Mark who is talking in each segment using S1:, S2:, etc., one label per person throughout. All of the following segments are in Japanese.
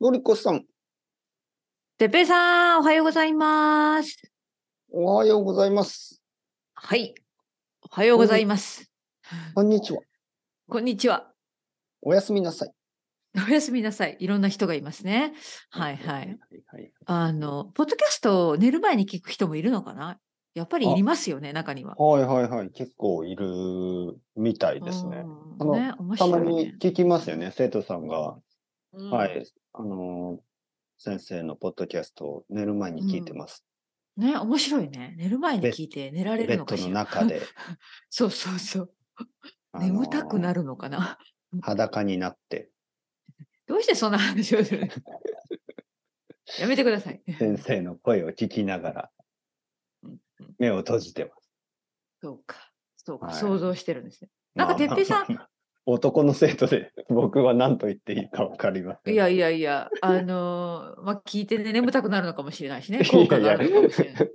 S1: のりこさん、
S2: てっぺいさん、おはようございます。
S1: おはようございます。
S2: はい。おはようございます。
S1: こんにちは。
S2: こんにちは。
S1: おやすみなさい。
S2: おやすみなさい。いろんな人がいますね。はいはい。。
S1: はい、
S2: あの、ポッドキャストを寝る前に聞く人もいるのかなやっぱりいりますよね、中には。
S1: はい、はいはい。結構いるみたいですね。あ
S2: う
S1: の
S2: んね、面
S1: たま
S2: 白い、
S1: に
S2: ね。
S1: 聞きますよね、生徒さんが。
S2: うん
S1: はい。あのー、先生のポッドキャストを寝る前に聞いてます。
S2: ね、面白いね。寝る前に
S1: ベッ
S2: 聞いて寝られ
S1: ベッ
S2: るの
S1: ド
S2: かしら。
S1: の中。で。
S2: そうそうそう。
S1: あのー
S2: 眠たくなるのかな。
S1: 裸になって、
S2: どうしてそんな話を するのやめてください。
S1: 先生の声を聞きながら
S2: うんうん、
S1: 目を閉じてます。
S2: そうか。そうか。
S1: はい
S2: 想像してるんですね。なんか
S1: まあ
S2: てっぺいさん。
S1: まあまあ男の生徒で、僕は何と言っていいかわかりません。
S2: いやいやいや、あの ーまあ、聞いて、ね、眠たくなるのかもしれないしね、
S1: いやいや
S2: 効果があるのかもしれない。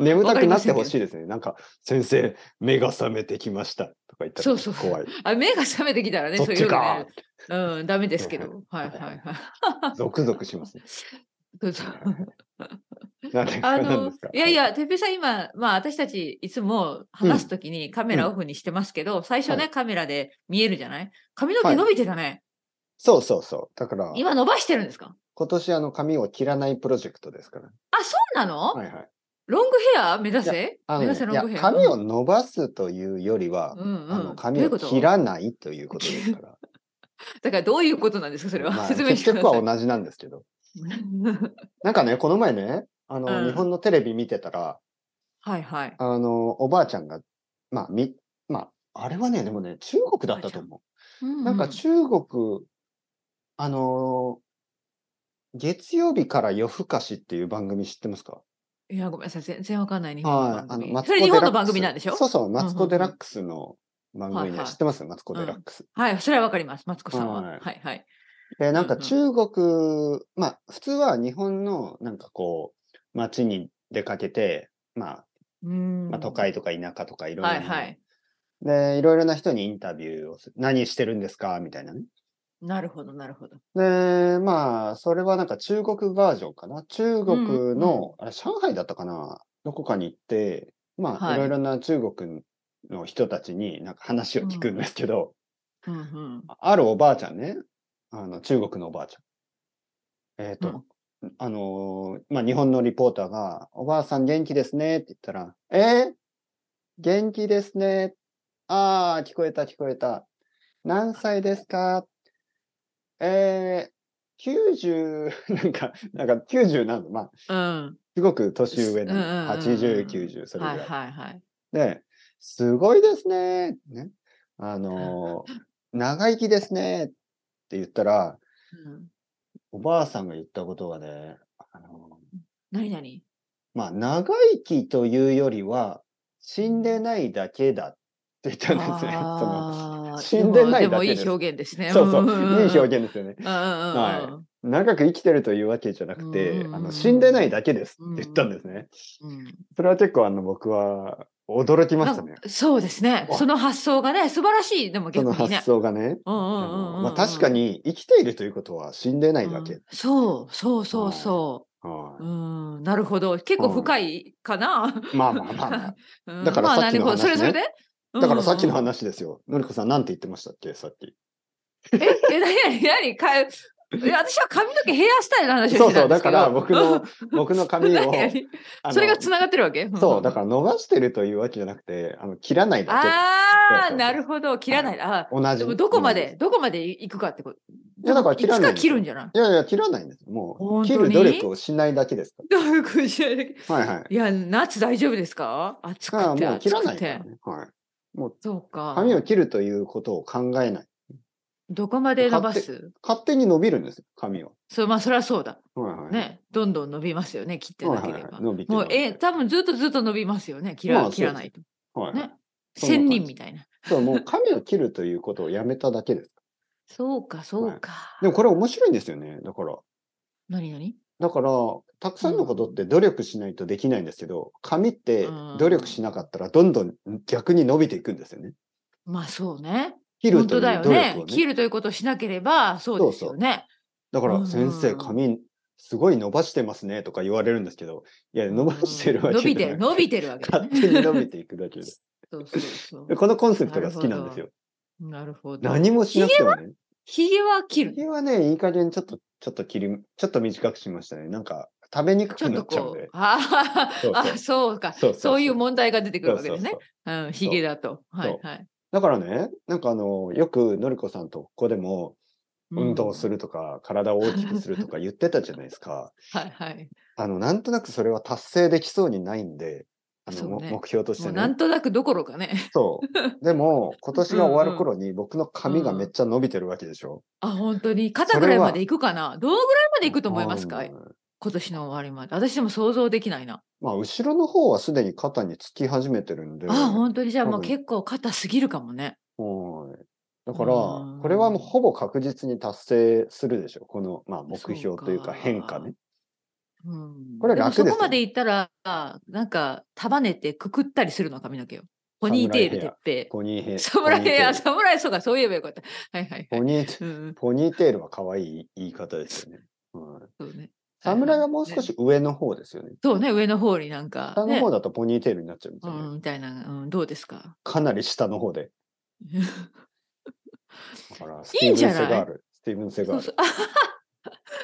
S1: 眠た
S2: わか
S1: く
S2: り
S1: な
S2: ま
S1: っ
S2: せ
S1: て
S2: んけど
S1: ほしいですね。なんか、先生、目が覚めてきましたとか言ったら
S2: そうそう
S1: 怖い。
S2: あ目が覚めてきたらね、
S1: そ
S2: そ
S1: っ
S2: うい
S1: ち
S2: うの
S1: か
S2: ね、うん、ダメですけ
S1: は
S2: ど、はいはいはい。
S1: ゾクゾクし ますね。
S2: そうそう
S1: 何です
S2: あ
S1: か何
S2: の
S1: ですか
S2: いやいや、てっぺいさん、今、まあ、私たちいつも話すときにカメラオフにしてますけど、最初ね、
S1: はい
S2: カメラで見えるじゃない髪の
S1: は
S2: 毛
S1: い
S2: 伸びてたね。
S1: そうそうそう。だから、
S2: 今伸ばしてるんですか
S1: 今年あの髪を切らないプロジェクトですから。
S2: あ、そうなの、
S1: はいはい。
S2: ロングヘア目指せ
S1: あ
S2: 目
S1: のね
S2: 指せロ
S1: い
S2: ン
S1: や
S2: グヘア。
S1: 髪を伸ばすというよりは、
S2: うんうん
S1: あの
S2: どう
S1: 髪
S2: いう
S1: を
S2: こと
S1: 切らないということですから。
S2: だからどういうことなんですか、それは。
S1: まあ
S2: 説明して
S1: 結
S2: くだ
S1: 局
S2: さい
S1: は。同じなんですけど。
S2: は
S1: なんかね、この前ね、あの、
S2: うん
S1: 日本のテレビ見てたら、
S2: い はい。
S1: あの、おばあちゃんが、まあ、み、まあ、あれはね、でもね、中国だったと思う。なんか中国、あのー月曜日から夜更かしっていう番組知ってますか
S2: いや、ごめんなさい、全然わかんない。日本の
S1: はい。
S2: 番
S1: あの、
S2: 組
S1: マツ
S2: そ
S1: コ
S2: れ日本の
S1: デラッ
S2: 番
S1: クス
S2: 組なんでしょ
S1: そうそう、マツ
S2: うんうん
S1: コ・
S2: うん
S1: デラックスの番組
S2: はい
S1: ね。
S2: はい
S1: 知ってますマツコ・デラックス。
S2: はい、それはわかります。マツコさんは。
S1: は
S2: はいいはい。
S1: で、なんか
S2: うんうん
S1: 中国、まあ、普通は日本の、なんかこう、街に出かけて、まあ、
S2: うーん
S1: まあ、都会とか田舎とかいろいろ
S2: はい
S1: な、
S2: はい。
S1: で、いろいろな人にインタビューをする。何してるんですかみたいなね。
S2: なるほど、なるほど。
S1: で、まあ、それはなんか中国バージョンかな。中
S2: うんう
S1: 国
S2: ん
S1: の、あれ、上海だったかなどこかに行って、まあ、
S2: はい
S1: いろいろな中国の人たちになんか話を聞くんですけど、
S2: うんうん。
S1: あるおばあちゃんね、あの、中国のおばあちゃん。えっ
S2: うん
S1: と、あのー、まあ、日本のリポーターが、おばあさん元気ですねって言ったら、えー元気ですね。ああ、聞こえた聞こえた。何歳ですかえー、90、なん か、なんか90なの。まあ、
S2: うん。
S1: すごく年上の、
S2: うんうんうんうん
S1: 80、90、それぐら
S2: はい
S1: い。
S2: はいはい。
S1: で、すごいですね。ね。あのー、長生きですね。って言ったら、
S2: うん
S1: おばあさんが言ったことがね、あのー
S2: 何 何
S1: まあ、長生きというよりは、死んでないだけだって言ったんですね。その
S2: あー
S1: 死んでないだけ
S2: もい
S1: で
S2: い
S1: す
S2: 表現ですね。
S1: そうそう、いい表
S2: 現。
S1: 現ですよね。
S2: うんうんうん
S1: はい長く生きてるというわけじゃなく
S2: うん
S1: て
S2: うんう、ん
S1: あの死んでないだけですって言ったんですね。
S2: うん
S1: それは結構あの僕は驚きま
S2: な
S1: した
S2: ん
S1: ね。
S2: かそうですね。その発想がね、素晴らしい。で
S1: そ
S2: も逆
S1: の
S2: にね
S1: 発。想がね。
S2: うん
S1: あ
S2: うんうんう
S1: の
S2: ん
S1: まあ確かに生きているということは死んでな
S2: う
S1: い
S2: ん
S1: だけ。
S2: そうそうそうそう。
S1: は
S2: う
S1: い
S2: ーん、なるほど。結
S1: う
S2: 構
S1: ん
S2: 深いかな。
S1: まあまあまあまあ。
S2: うん
S1: だから
S2: まあ
S1: さっきの
S2: なるほどそれ
S1: 話
S2: それで
S1: ね。だからさっきの
S2: うんうん
S1: 話ですよ。のりこさん、なんて言ってましたっけ、さっき。
S2: うんえ、え、なになになにかえ私は髪の毛ヘアスタイルの話を
S1: そ
S2: し
S1: う
S2: てた
S1: そ
S2: ん
S1: う、
S2: で
S1: だ
S2: す
S1: か
S2: けど。
S1: ら僕の、僕の
S2: うん
S1: 髪を、
S2: 何々
S1: あの
S2: それがつながってるわけ
S1: そう、だ
S2: ら。
S1: から伸ばしてるというわけじゃなくて、あの切らないだけ。そう
S2: あ
S1: そ
S2: あ、
S1: う
S2: なるほど。切らない。あ
S1: 同
S2: ー
S1: じ。
S2: でもどこま
S1: 同じ
S2: で、どこまで行くかってこと。
S1: いやだから切らない
S2: いつか切るんじゃない
S1: いやいや、切らないんです。もう、
S2: 本
S1: 切
S2: 当
S1: る
S2: に
S1: 努力をしないだけですか
S2: どういうことじゃない
S1: ら。はいはい。
S2: いや、夏大丈夫ですか暑
S1: だから
S2: くて、
S1: もう切
S2: 暑
S1: らない
S2: く
S1: から
S2: て。
S1: ね。はい。
S2: そうか。
S1: 髪を切るということを考えない。
S2: どこまで伸ば
S1: 買っ
S2: す
S1: 勝手に伸びるんですよ、髪を。
S2: そう、まあ、そりゃそうだ。
S1: はいはい。
S2: ね、どんどん伸びますよね、切って
S1: はい
S2: な
S1: は
S2: け
S1: いは
S2: れ
S1: い。
S2: ば。
S1: 伸びて
S2: もう
S1: 伸びて
S2: え、多分ずっとずっと伸びますよね、切
S1: まあ
S2: ら切らないと。
S1: はいはい
S2: ね、
S1: そんな
S2: 千
S1: 感じ
S2: 人みたいな。
S1: そう、もう髪を切るということをやめただけです。
S2: そうか、そうか。
S1: でもこれ面白いんですよね。だから、
S2: 何何
S1: だから、たくさんのことって努力しないとできないんですけど、髪って
S2: うん
S1: 努力しなかったらどんどん逆に伸びていくんですよね。
S2: まあそうね。
S1: 切る
S2: 本
S1: という
S2: 当だ
S1: 努
S2: よ
S1: 力を
S2: ね
S1: ね。
S2: 切るということをしなければ、そうですよね。
S1: だか
S2: う
S1: ら
S2: ん
S1: 先生、髪すごい伸ばしてますねとか言われるんですけど、いや、伸ばしてるわ
S2: 伸
S1: け
S2: び
S1: じ
S2: て
S1: ゃ
S2: る、
S1: な
S2: 伸
S1: くて、
S2: びてるわけ、ね。
S1: 勝手に伸びていくだ けで。
S2: そうそうそう
S1: で。このコンセプトが好きなんですよ。
S2: なるほど。
S1: 何もしなくてもね。
S2: ひげは切
S1: ひげ
S2: る。
S1: はね、いい加減ちょっと、ちょっと切り、ちょっと短くしましたね。なんか、食べにく
S2: ちょ
S1: く
S2: っ
S1: な
S2: と
S1: っちゃうん
S2: こ
S1: で
S2: う。。あ
S1: そう
S2: ーあ、そうか。
S1: そう
S2: そういう
S1: も
S2: 問題が出てくるわけ
S1: そ
S2: で
S1: う
S2: す
S1: そう
S2: ね
S1: そう。
S2: うん、ひげだと。はいはい。
S1: だからね、なんかあの、よくのりこさんとここでも、運動す
S2: る。
S1: るとか、体を大きくすると か言ってたじゃないですか。
S2: はいはい。
S1: あの、なんとなくそれは達成できそうにないんで、あの、
S2: そう
S1: も
S2: ね
S1: 目標とし
S2: も
S1: て
S2: うな
S1: ね
S2: ん。となくどころかね。
S1: そう。でも、今年が終わ
S2: うんう
S1: る
S2: ん
S1: 頃に僕の髪がめっちゃ伸びてるわけでしょ。
S2: あ、本当に。
S1: そ
S2: 肩
S1: れ
S2: ぐらい
S1: は
S2: までいくかなどうぐらいまでいくと思いますか
S1: うん
S2: 今年の終わりまで。私でも想像できないな。
S1: まあ、後ろの方はすでに肩につき始めてるんで。
S2: あ、本当に。じゃあも
S1: 多
S2: う
S1: 分
S2: 結構肩すぎるかもね。
S1: はい。だから、
S2: うん
S1: これはもうほぼ確実に達成するでしょ。この、まあ、目標という
S2: そ
S1: か
S2: うか
S1: 変化ね。
S2: うん、
S1: これ楽ですよ
S2: もそこまでいったら、なんか束ねてくくったりするの髪の毛を。ポニーテール
S1: サム
S2: てっぺ
S1: ポニーヘ
S2: い。
S1: ア。
S2: サムライヘ
S1: ポ
S2: ア、
S1: ニーテール
S2: サムライそうか、そういえばよかった。はいはいは
S1: ポ
S2: い。
S1: ニーテ
S2: うんうん、
S1: ポニーテールは可愛い言い方ですよ ね。うん
S2: そうね。
S1: 侍はもう少
S2: ね。
S1: し上の方ですよね。
S2: そうね、上の方になんか、
S1: 下の
S2: ね
S1: 方だとポニーテールになっちゃうんですよね。
S2: うん、みたいな、うん、どうですか
S1: かなり下の方で。だからステ
S2: い
S1: ィーブ
S2: いん
S1: ン・
S2: じ
S1: セ
S2: ゃない
S1: ガール。スティーブン・セガ
S2: そう
S1: ー
S2: そ
S1: ル
S2: う。あ はは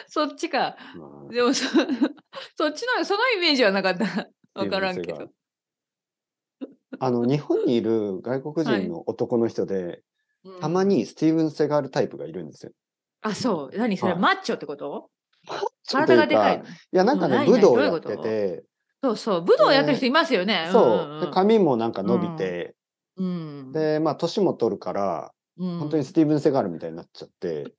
S2: そっちか。
S1: うん
S2: でもそ、 そっちの、そのイメージはなかった。わからんけ
S1: スティーブンセガー
S2: ど
S1: ル。あの、日本にいる外国人の男の人で、
S2: うん
S1: たま。にスティーブン・セガールタイプがいるんですよ。
S2: あ、そう。何それ、
S1: はい
S2: マッチョってこと
S1: と
S2: 体
S1: う
S2: がでかい
S1: い
S2: の。
S1: や、なんか
S2: な
S1: ね、
S2: いな
S1: 武
S2: い
S1: 道
S2: どうい
S1: や
S2: う
S1: っ
S2: こ
S1: て
S2: と
S1: て、
S2: そうそう。武道をやってる人いますよね。
S1: そう。で
S2: ん
S1: 髪もなんか伸びて、
S2: うんうん。
S1: で、まあ、年も取るから、
S2: うん、
S1: 本当にスティーブン・セガールみたいになっちゃ って、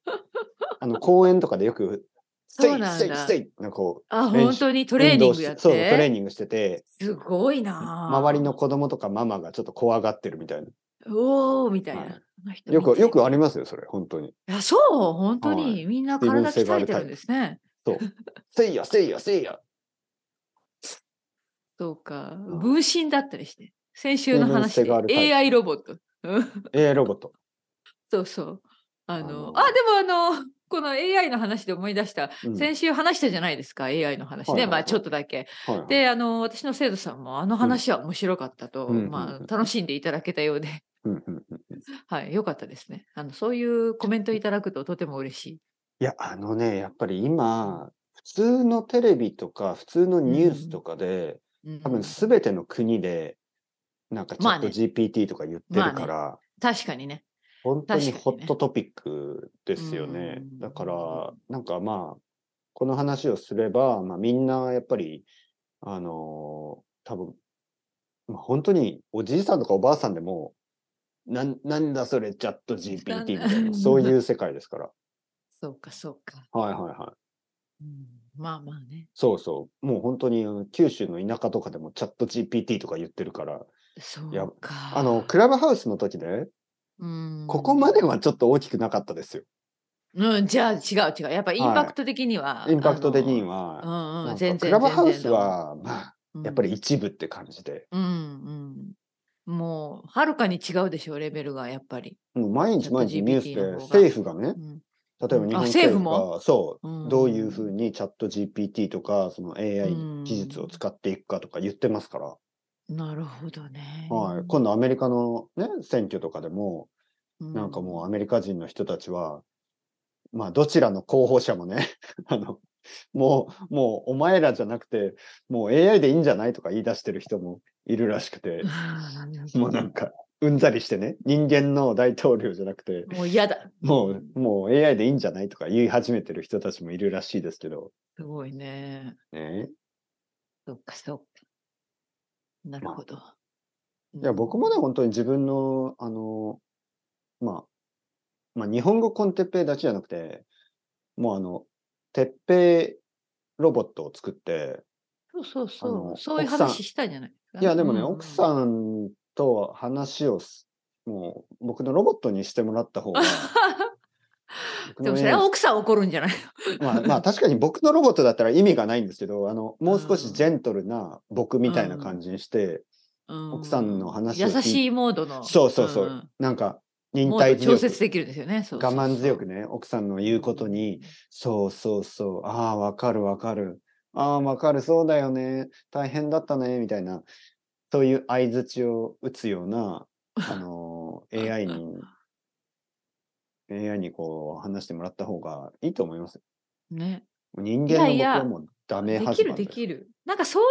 S1: あの、公園とかでよく、ステ
S2: そう
S1: イ、
S2: なんだ
S1: ステイ、ステイなんかこう、
S2: あ、
S1: 練習
S2: 本当にトレーニングやっ
S1: 運動し
S2: て。
S1: そう、トレーニングしてて、
S2: すごいなあ。
S1: 周りの子供とかママがちょっと怖がってるみたいな。
S2: おーみたいな。
S1: はい
S2: あの人
S1: よ
S2: 見
S1: く、
S2: て
S1: よくありますよ、それ、本当に。
S2: いや、そう、本当
S1: は
S2: に。みんな
S1: 自分
S2: 体
S1: 性があ
S2: 鍛
S1: る
S2: えて
S1: タイ
S2: る
S1: プ
S2: んですね。
S1: そう。せいや、せいや、せいや。
S2: そうか
S1: ん。
S2: 分身だったりして。先週の
S1: 自分性
S2: 話
S1: があるタイ
S2: で
S1: プ
S2: AI ロボット。うん
S1: えー、ロボット。
S2: そうそう。あの、
S1: あの
S2: あ、でもあの、 この AI の話で思い出した。
S1: うん
S2: 先週話したじゃないですか、AI の話
S1: はいはいは
S2: ね。
S1: い
S2: まあ、ちょっとだけ。
S1: はいはい、
S2: で、あの、私の生徒さんも、あの話は面白かったと、
S1: うんうん
S2: ま
S1: うん
S2: あ、楽しんでいただけたようで、
S1: うんうんうんうん
S2: はい、よかったですね。あの、そういうコメントいただくととても嬉しい。
S1: いや、あのね、やっぱり今、普通のテレビとか、普通のニュースとかで、
S2: うん
S1: 多分すべての国で、なんかチ
S2: ま
S1: ャ
S2: あ
S1: ット
S2: ね
S1: GPT とか言ってるから、
S2: 確かにね。
S1: 本当に
S2: 確
S1: ホ
S2: かにね
S1: ットトピックですよね。
S2: うん
S1: だから、なんかまあ、この話をすれば、まあみんなやっぱり、あのー多分、まあ、本当におじいさんとかおばあさんでも、なんなんだそれチャット GPT みたい
S2: な
S1: な、
S2: ん
S1: そういう世界ですから。
S2: そうか、そうか。
S1: はいはいはい。
S2: うんまあまあね。
S1: そうそう。もう本当に九州の田舎とかでもチャット GPT とか言ってるから、
S2: そ
S1: や
S2: うか。
S1: あの、クラブハウスの時ね、
S2: うん
S1: ここまではちょっと大きくなかったですよ。
S2: うん、じゃあ違う違う。やっぱインパクト的には。
S1: インパクト的に
S2: は。う
S1: は。な
S2: んうんん、
S1: か
S2: 全然。
S1: クラブハウス
S2: 全然だわ、
S1: は、まあ、
S2: うん
S1: やっぱり。一部って感じで、
S2: うんうん。もう、はるかに違うでしょ、レベルが、やっぱり。
S1: もう毎日毎日ニュースで
S2: ChatGPT の方が
S1: 政府がね
S2: う、ん
S1: 例えば日
S2: あ
S1: 本政
S2: 政府
S1: 府
S2: も
S1: が、そう、
S2: うん
S1: どういうふうにチャット GPT とか、その AI
S2: うん
S1: 技術を使っていくかとか言ってますから、
S2: なるほどね。
S1: はい、今度アメリカのね、選挙とかでも、なんかもうアメリカ人の人たちは、まあどちらの候補者もね、 あの、もう、もうお前らじゃなくて、もう AI でいいんじゃないとか言い出してる人もいるらしくて
S2: う、ん。
S1: もうなんか、うんざりしてね、人間の大統領じゃなくて、
S2: もう嫌だ。
S1: もう、もう AI でいいんじゃないとか言い始めてる人たちもいるらしいですけど、
S2: すごいね。
S1: ね。
S2: そっか、そっか。なるほど。
S1: いや、僕もね、本当に自分の、あの、まあ、まあ、日本語コンテッペイだけじゃなくて、もうあの、鉄平ロボットを作って、
S2: そうそう
S1: あ
S2: そ
S1: の
S2: う。そういう
S1: 奥さん
S2: 話したんじゃないですか
S1: いや、でもね、
S2: う
S1: 奥さんと話をす、もう、僕のロボットにしてもらった 方が、僕
S2: で
S1: の
S2: もそ
S1: AI
S2: れは奥さん怒るんじゃない
S1: まあ、 まあ、確かに僕のロボットだったら意味がないんですけど、あの、もう少しジェントルな僕みたいな感じにして、
S2: の
S1: 奥さんの話を聞
S2: 優
S1: い
S2: しいモードの。
S1: そうそうそう、
S2: ん
S1: なんか、忍
S2: も
S1: 耐
S2: う
S1: 強
S2: 調
S1: く
S2: 節できるんですよね。そうそう
S1: 我
S2: そう
S1: 慢強くね、奥さんの言うことに、そうそうそう、ああ、わかるわかる、ああ、わかる、そうだよね、大変だったね、みたいな、そういう相づちを打つような、あのー AI に、AI にこう話してもらった方がいいと思いますよ。
S2: ね。
S1: 人間の僕
S2: いやいや
S1: はもうダメ
S2: で
S1: 始ま
S2: きるで
S1: る。
S2: きる。なんかそう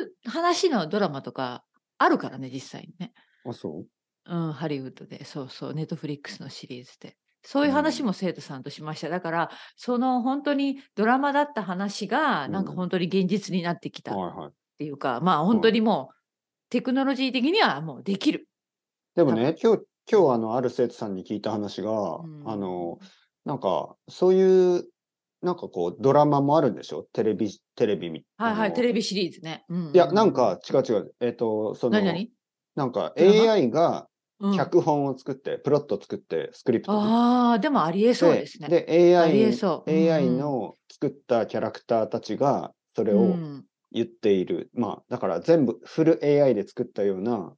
S2: いう話のドラマとかあるからね、実際にね。
S1: あ、そう
S2: うん、ハリウッドで、そうそう、ネットフリックスのシリーズで。そういう話も生徒さんとしました。だから、その本当にドラマだった話が、なんか
S1: うん
S2: 本当に現実になってきたっ
S1: はいはい。
S2: ていうか、まあ本当にもう、テクノロジー的にはもうできる。
S1: でもね、今日、今日あの、ある生徒さんに聞いた話が、
S2: うん
S1: あの、なんか、そういう、なんかこう、ドラマもあるんでしょテレビ、テレビみ
S2: はいは
S1: あ
S2: い、
S1: の
S2: テレビシリーズね。うんうん
S1: いや、なん、か、違う違う。えっ、と、その、
S2: 何々
S1: なんか
S2: ドラマ
S1: AI が
S2: うん
S1: 脚本を作って、プロット作って、スクリプト作って
S2: ああ、でもありえそうですね。
S1: で、
S2: あ
S1: AI
S2: りえそううんうん
S1: AI の作ったキャラクターたちが、それ
S2: う
S1: を
S2: ん
S1: 言っている。まあ、だから全部、フル AI で作ったような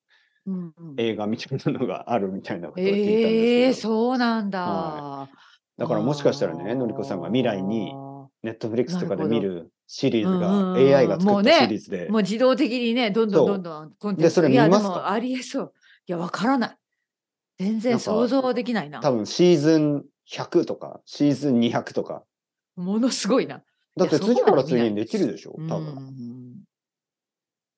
S2: うんうん
S1: 映画みたいなのがあるみたいなことを聞いたんですけど。
S2: ええそうなんだ。
S1: はだからもしかしたらね、のりこさんが未来に
S2: あー、
S1: ネットフリックスとかで
S2: なる
S1: 見
S2: ほど
S1: るシリーズ
S2: うん
S1: が、
S2: うんうん
S1: AI が
S2: も
S1: 作
S2: う
S1: っ
S2: ね
S1: たシリーズで、
S2: もう自動的にね、どんど
S1: そ
S2: ん
S1: う
S2: どんどんコンテンツ
S1: でそれ見
S2: いや、
S1: ます
S2: で
S1: か
S2: もありえそう。いや、わからない。全
S1: な
S2: 然
S1: んか
S2: 想像できないな。
S1: 多分シーズン100とか、シーズン200とか。
S2: ものすごいな。
S1: だって
S2: いやそこ
S1: 次から
S2: まで見
S1: 次
S2: ない
S1: にできるでしょ
S2: う
S1: 多
S2: ん
S1: 分。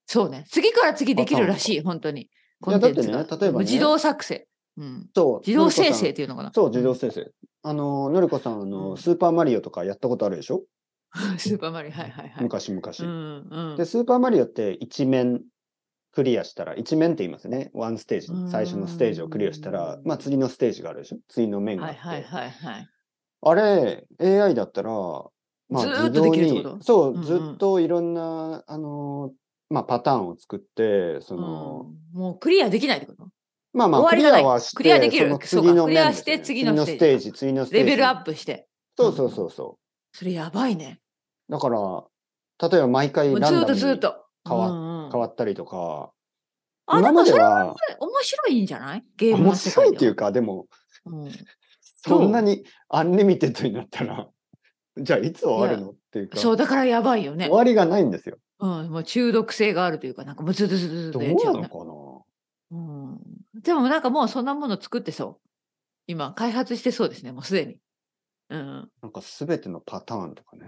S2: そうね。次から次できるらしい、本当に。コンテンツ
S1: いやだ
S2: が
S1: ってね例えばね
S2: もう自動作成。うん。
S1: そう。
S2: 自動生
S1: の
S2: 成
S1: り
S2: っ
S1: こ
S2: ていうのかな
S1: さん。そう、自動生成。あの、のりこさん、あの、
S2: うん
S1: スーパーマリオとかやったことあるでしょ
S2: スーパーマリオ、はいはいはい。
S1: 昔々、
S2: うんうん
S1: で、スーパーマリオって一面クリアしたら、一面って言いますよね。ワンステージ
S2: う、ん
S1: 最初のステージをクリアしたら、まあ次のステージがあるでしょ次の面があ
S2: は
S1: っ
S2: い
S1: て。
S2: はいはいはい。
S1: あれ、AI だったら、まあ、
S2: ずーっ
S1: 自
S2: と
S1: 動
S2: できるって
S1: に
S2: こ、と
S1: そう
S2: うんう
S1: う、
S2: ん
S1: ずっといろんな、あの、まあ、パターンを作って、そ
S2: うん
S1: の、
S2: もうクリアできないってこと
S1: まあまあ、ク
S2: 終わり
S1: リ
S2: がな
S1: ア
S2: い
S1: はして、
S2: クリアできる
S1: その
S2: そうか
S1: 次の
S2: クリア
S1: 面ですよね
S2: して次の
S1: 次
S2: ス
S1: のステ
S2: テ
S1: ー
S2: ー
S1: ジ、次のステージ。
S2: レベルアップして。
S1: そうそうそうそ
S2: それやばいね。
S1: う。だから、例えば毎回
S2: もう
S1: ラ
S2: ず
S1: ン
S2: ー
S1: ダ
S2: っと
S1: ム
S2: ずーっ
S1: に
S2: と。
S1: 変わ
S2: うんうん
S1: 変わったりとか、
S2: あ、で
S1: 今
S2: も
S1: まで
S2: それは
S1: は
S2: 面白いんじゃないゲーム
S1: 面
S2: の世界
S1: 白
S2: で
S1: いっていうか、でも、
S2: はうんそう
S1: そんなにアンリミテッドになったら、 じゃあいつ終わるのっていうか、
S2: そう、だからやばいよね
S1: 終。わりがないんですよ。
S2: うん、もう中毒性があるというか、なんかもうずっとずっとずっ
S1: ど
S2: と
S1: う
S2: やっち
S1: な
S2: ゃう
S1: の
S2: ね。
S1: かな
S2: うん、でもなんかもうそんなもの作ってそう。今、開発してそうですね、もうすでに。うん。
S1: なんか全てのパターンとかね。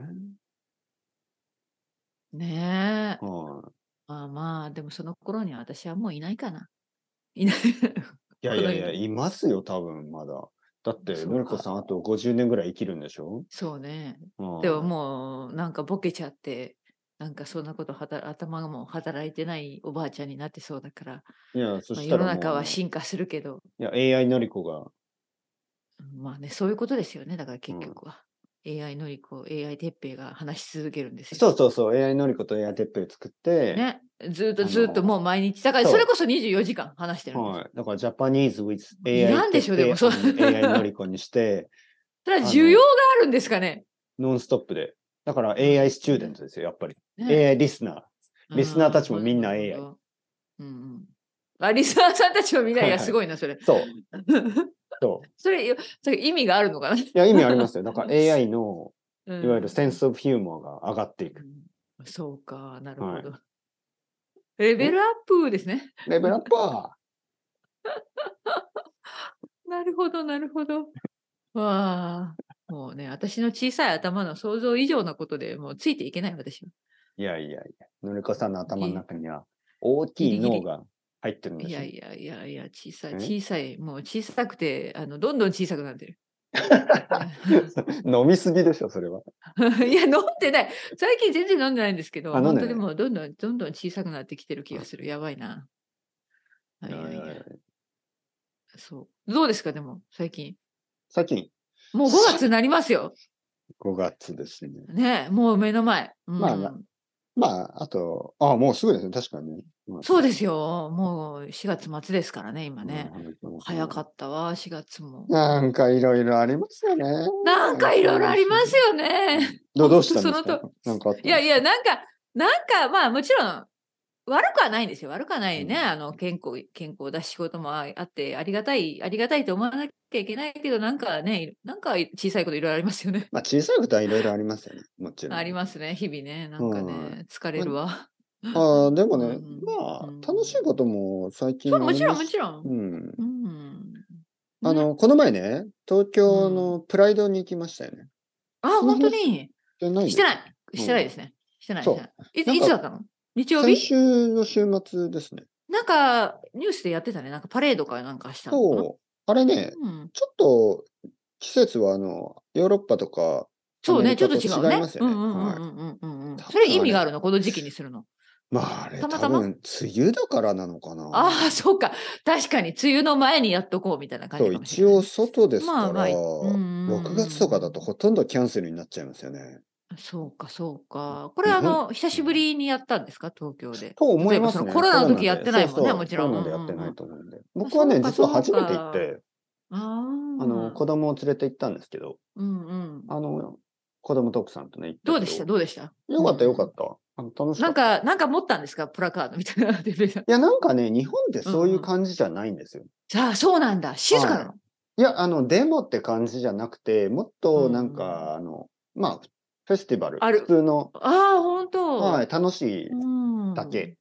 S2: ねえ。
S1: は
S2: まあまあ、でもその頃には私はもういないかな。い ない。
S1: い、いやいやいや、
S2: この
S1: いますよ、多分まだ。だって、
S2: そうか
S1: のりこさん、あと50年ぐらい生きるんでしょ、
S2: そうね。
S1: うん
S2: でももうなんかボケちゃってなんかそんなことはた頭がもう働いてないおばあちゃんになってそうだから、
S1: いや、そ
S2: まあ、
S1: し
S2: 世
S1: たらも
S2: の
S1: う
S2: 中は進化するけど
S1: いや、AI のりこが、
S2: まあねそういうことですよねだから結
S1: うん
S2: 局は、AI のりこ AI てっぺいが話し続けるんですよ
S1: そうそうそう、AI のりこと AI てっぺい作って、
S2: ねずっ
S1: あ
S2: と
S1: の
S2: ずっともう毎日だから
S1: そう
S2: それこそ24時間話してるんですよ、
S1: はい。だから、ジャパニーズ with
S2: い
S1: AI
S2: らんでしょでもそう
S1: AI のりこにして、
S2: それ
S1: あ
S2: は
S1: の
S2: 需要があるんですかね
S1: ノンストップで。だから、AI スチューデントですよ、やっぱり。
S2: ね
S1: AI リスナリスナーたちもみんな
S2: うん
S1: AI
S2: うんうんあリスナーさんたちもみんな、い
S1: はい
S2: や
S1: はい
S2: すごいなそれ
S1: ー。そう、そう。
S2: それそれ意味があるのかな、
S1: いや、意味ありますよ。だから、AI の、
S2: うん
S1: いわゆるセンスオブヒューモアが上がっていく。
S2: うんそうか、なる
S1: は
S2: ほ
S1: い
S2: ど。レベルアップですね。
S1: レベルアップー
S2: なるほど、なるほど。わあ、もうね、私の小さい頭の想像以上のことでもうついていけない私は。
S1: いやいやいや、のりこさんの頭の中には、大きい脳が入ってるんで
S2: い
S1: すよ。
S2: やいやいやいや、小さ
S1: え
S2: い、小さい、もう小さくて、あの、どんどん小さくなっ てる。
S1: 飲みすぎでしょ、それは。
S2: いや、飲んでない。最近全然飲んでないんですけど、
S1: あ飲ん
S2: 本
S1: でな
S2: 当
S1: い
S2: にもうどんどんどんどん小さくなってきてる気がする。やばいな。はい
S1: いや
S2: はいい
S1: や
S2: はいい
S1: や。
S2: そう。どうですか、でも、最近。
S1: 最近、
S2: もう5月になりますよ。
S1: 5月ですね。
S2: ねえもう目の前。うん
S1: まあなまあ、あと、あもうすぐですね、確かにね。
S2: そう
S1: で
S2: ですよ。もう4月末ですからね、今ね。。早か
S1: っ
S2: ったわ、4月も。
S1: なんかいろいろありますよね。
S2: なんかいろいろありますよね。
S1: どどうしたんです
S2: その
S1: かなんかあった
S2: いやいや、なんか、なんか、まあもちろん、悪くはないんですよ。悪くはないよね。あの、健康、健康だし、仕事もああって、ありがたい、ありがたいと思わなきゃいけないけど、なんかね、なんか小さいこといろいろありますよね。
S1: まあ、小さいことはいろいろありますよね。もちろん。
S2: ありますね、日々ね。なんかね、疲れるわ。
S1: ああ、でもね、
S2: うん
S1: まあ
S2: うん、
S1: 楽しいことも最近
S2: そう、
S1: あ
S2: も
S1: り
S2: ち
S1: ま
S2: ろん、
S1: す
S2: もちろん。
S1: うん。
S2: うん。
S1: あ
S2: ね、
S1: の、この前ね、東京のプライドに行きましたよね。
S2: あ、
S1: その
S2: 本当に
S1: じゃない。
S2: してないい。してないですね。してない。
S1: そう
S2: してないい
S1: なんか
S2: ついつだったの日曜
S1: 先
S2: 日
S1: 週の週末ですね。
S2: なんか、ニュースでやってたね。なんかパレードかなんかしたのかな。
S1: そう。あれね、
S2: うん。
S1: ちょっと季節はあの、ヨーロッパとか、
S2: そう
S1: アメリ
S2: ね、ちょ
S1: カ
S2: っと違う
S1: 違い
S2: ね
S1: ます。
S2: う
S1: よ
S2: ん
S1: ね。
S2: うんうん
S1: はい。
S2: うんうんうん。
S1: た
S2: それ意味があるのこの時期にするの。
S1: まあ、あれ、
S2: たま
S1: 多
S2: たま
S1: 分、梅雨だからなのかな。
S2: ああ、そうか。確かに、梅雨の前にやっとこうみたいな感
S1: そ
S2: じ
S1: う、
S2: かもし
S1: 一
S2: れな
S1: 応
S2: いね。
S1: 外ですから、
S2: まあまあうんうんうん
S1: 6月とかだとほとんどキャンセルになっちゃいますよね。
S2: そうか、そうか。これ、
S1: 日
S2: あ
S1: 本
S2: の、久しぶりにやったんですか、東京で。
S1: と思います
S2: 例えばその
S1: ね。
S2: コロナの時やってないもんね
S1: コロナで
S2: もちろん
S1: コロナでやってないと思うんで。僕
S2: そ
S1: は
S2: うか
S1: ね、実は初めて行っ
S2: そ
S1: て、
S2: あー
S1: あの、子供を連れて行ったんですけど、
S2: うんうん。
S1: あの、子供トークさんとね、行って
S2: どうでしたどうでした
S1: よかったよかった。あの楽しか
S2: な
S1: った。
S2: んか、なんか持ったんですかプラカードみたいな。
S1: いや、なんかね、日本ってそういう感じじゃないんですよ。
S2: さ あ、そうなんだ。静かなの。
S1: いや、あの、デモって感じじゃなくて、もっとなん
S2: うんう
S1: か、あの、まあ、フェスティバル、
S2: ある
S1: 普通の、
S2: ああ、本当。
S1: はい、楽しい、
S2: うん
S1: だけ。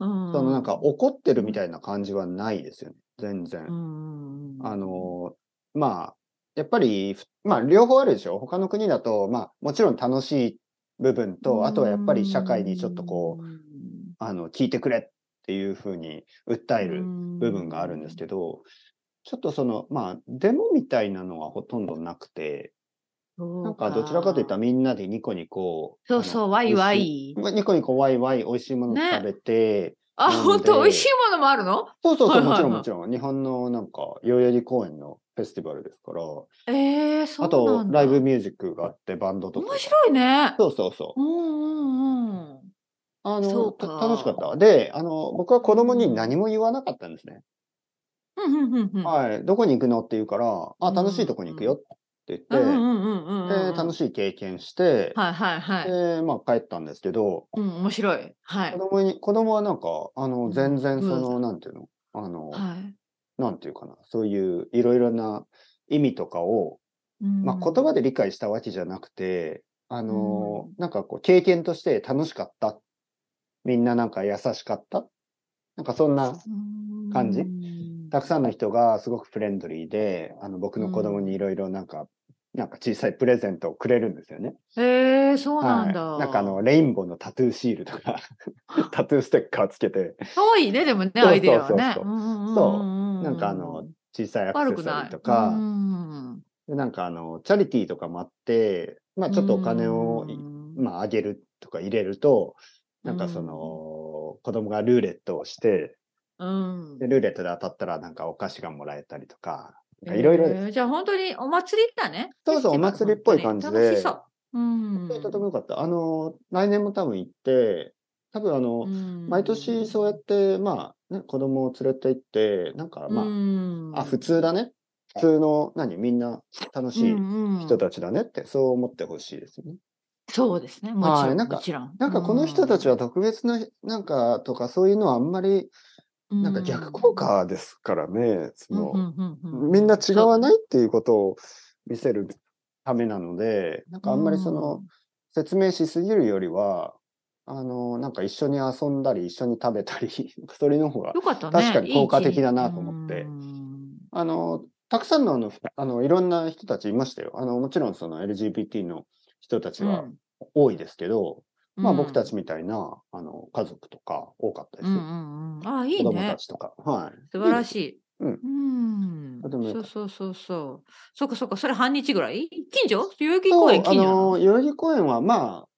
S2: うん。
S1: そのなんか怒ってるみたいな感じはないですよね、全
S2: う
S1: 然。
S2: ん、
S1: あ、の、まあ、やっぱり、ふまあ、両方あるでしょ。他の国だと、まあ、もちろん楽しい部分と、あとはやっぱり社会にちょっとこう、
S2: う、
S1: あの、聞いてくれっていうふうに訴える部
S2: 部
S1: 分があるんですけど、ちょっとその、まあ、デモみたいなのはほとんどなくて、
S2: ど
S1: なんかどちらかといったらみんなでニコニコ、
S2: そうそ
S1: あ
S2: う、
S1: の
S2: ワイワ。
S1: 美味しい
S2: イ。
S1: ニコニコワイワイ美味しいもの
S2: ね
S1: 食べて、
S2: あ、
S1: なん
S2: 本当
S1: で
S2: 美味しいものもあるの
S1: そうそうそう、
S2: はい
S1: も
S2: はい
S1: ち
S2: は
S1: ろ
S2: い
S1: んもちろん。日本のなんか、代々木公園のフェスティバルですから、
S2: えー、そう
S1: あと
S2: なんだ
S1: ライブミュージックがあって、バンドとか。
S2: 面白いね。
S1: そうそうそう
S2: う。んうんうん。
S1: あ
S2: そ
S1: の、
S2: う
S1: た
S2: か
S1: 楽しかった。で、あの、僕は子供に何も言わなかったんですね。
S2: うんうんうんうん。
S1: はい、どこに行くのって言うから、あ、楽しいとこに行くよって
S2: うんうん
S1: 言っ
S2: うんうんうんう
S1: て、
S2: ん。
S1: で、楽しい経験して、
S2: はいはいはい。
S1: で、まあ帰ったんですけど、
S2: うん、面白い。は
S1: 子
S2: い。
S1: 供に、子供はなんか、あ
S2: う
S1: の、
S2: ん
S1: 全然そ
S2: どうだ
S1: の、なんていうのあの、
S2: はい。
S1: なんていうかな、そういういろいろな意味とかを、まあ、言葉
S2: で、
S1: で理解したわけじゃなくて、あのー
S2: うん
S1: なんかこう経験として楽しかったみんななんか優しかったなんかそんな
S2: うん
S1: 感じたくさんの人がすごくフレンドリーであの僕の子供
S2: うん
S1: にいろいろなんか、なんか小さいプレゼントをくれるんですよね。
S2: えー、そうなんだ。
S1: はい、なんかあのレインボーのタトゥーシールと かタトゥーステッカーつけて
S2: 可愛いね、でもね、
S1: そう
S2: アイデアはね。
S1: そうそうそうそ
S2: そ
S1: なんかあの小さいア
S2: 悪
S1: クセサ
S2: く
S1: リ
S2: な
S1: ー
S2: い。
S1: とか
S2: うん
S1: でなんかあのチャリティーとかもあって、まあ、ちょっとお金をい
S2: うん
S1: まあ、あげるとか入れると、なんかそ
S2: うん
S1: の、子供がルーレットをして、
S2: うん
S1: でルーレットで当たったらなんかお菓子がもらえたりとか、なんかいろいろです
S2: えーじゃあ本当にお祭りだね。
S1: そうそう
S2: フェスティ
S1: お祭
S2: バル
S1: りっぽい感じで
S2: 本当に楽しそう。うん。
S1: とてもよかった。あの、来年も多分行って、多分あの、
S2: うん
S1: 毎年そうやって、まあ、ね、子供を連れて行って、なんかまあ、
S2: うん
S1: あ、普通だね。普通の、何、みんな楽しい
S2: うんうん
S1: 人たちだねって、そう思ってほしいですよね。
S2: そうですね。もち
S1: は
S2: ろ
S1: い
S2: ん。
S1: なんか
S2: もちろん
S1: なんかこの人たちは、特別な、なんかとかそういうのはあんまり、
S2: う
S1: なんか逆効果ですからね、そ
S2: うん
S1: の、
S2: うんうんうん
S1: みんな違わない
S2: そう
S1: っていうことを見せるためなので、なんかあんまりその、説明しすぎるよりは、あの、なんか一緒に遊んだり、一緒に食べたり、 それの方が
S2: うん、よかったね。
S1: 確かに
S2: いい一日
S1: 効果的だなと思って
S2: うん
S1: あの、たくさんのあの、あの、いろんな人たちいましたよ。あの、もちろんその LGBT の人たちは多いですけど、まあ僕た。
S2: うん
S1: ちみたいな、あの、家族とか多かったで
S2: う
S1: す
S2: んう
S1: よ。
S2: んうん、あいい
S1: 子供
S2: ね
S1: た。ちとか。はい。
S2: 素晴ら
S1: い。
S2: しい。
S1: うん
S2: うん
S1: とてもよ
S2: そ
S1: かっ
S2: う
S1: た
S2: そうそうそう。そうかそうか、それ半日ぐらい近所代々木公園
S1: そう
S2: 近所なの
S1: あの、代々木公園は、まあ、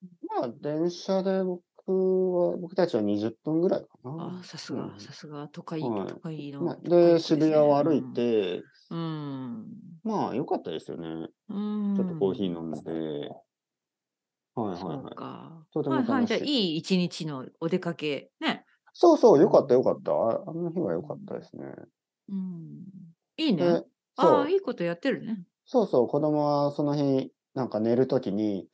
S1: まあ、電車で僕は、僕たちは20分ぐらいかな
S2: あ。さすが
S1: う、ん
S2: さすが、都会、
S1: はい
S2: 都会の。
S1: まあ
S2: 都会っ子
S1: で、
S2: すね
S1: 渋谷を歩い。て、
S2: うん。
S1: まあ、良かったですよね。
S2: うん。
S1: ちょっとコーヒー
S2: の。
S1: 飲んで。はいはい
S2: そう
S1: はい。
S2: か。
S1: とても
S2: はいはい、
S1: 楽
S2: じゃあ
S1: し
S2: い
S1: い。
S2: い一日のお出かけ。ね。
S1: そうそう、良かった良かった。ああの日は良かったですね。
S2: うん。いいね
S1: で。
S2: あ
S1: そ
S2: あ、
S1: う
S2: いいことやってるね。
S1: そうそう、子供はその日、なんか寝るときに、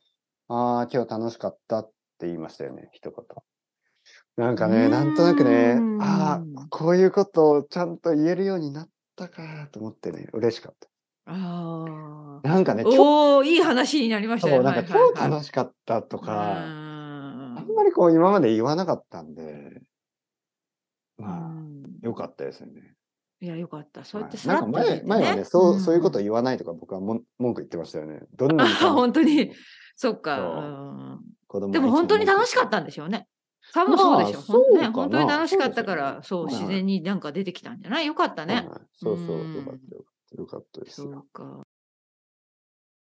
S1: ああ、今日楽しかったって言いましたよね、一言。なんかね、なんとなくね
S2: う、ん
S1: ああ、こういうことをちゃんと言えるようになったかと思ってね、嬉しかっ
S2: あ
S1: た。なんかね、
S2: ー
S1: 今
S2: おーいい話になりました
S1: 日、
S2: ね。
S1: なんか
S2: はいはい
S1: 超
S2: はい
S1: 楽しかったと
S2: う
S1: か、あん
S2: ーん
S1: まりこう今まで言わなかったんで、まあ、
S2: うん
S1: 良かったですよね。
S2: いや、よかった。そう
S1: は
S2: やって
S1: いな
S2: さら
S1: ん
S2: っ
S1: か
S2: と
S1: 前、前はね、そう、そういうこと言わないとか僕はもん文句言ってましたよね。どんなに
S2: あ 本当に
S1: 楽しくても
S2: そっか
S1: そう
S2: うん。
S1: 子供
S2: でも本当に楽しかったんでしょうね。多分そうでしょ
S1: まあ
S2: う。ほん
S1: そう
S2: ね
S1: かな
S2: 本当に楽しかったか
S1: そう
S2: ら、
S1: です
S2: そ
S1: よ
S2: う、
S1: ね
S2: 自然になんか出てきたんじゃないよかった
S1: はい
S2: ね。
S1: そうそう、
S2: うん
S1: よかったよかったよかったです
S2: そ
S1: よ。
S2: うか。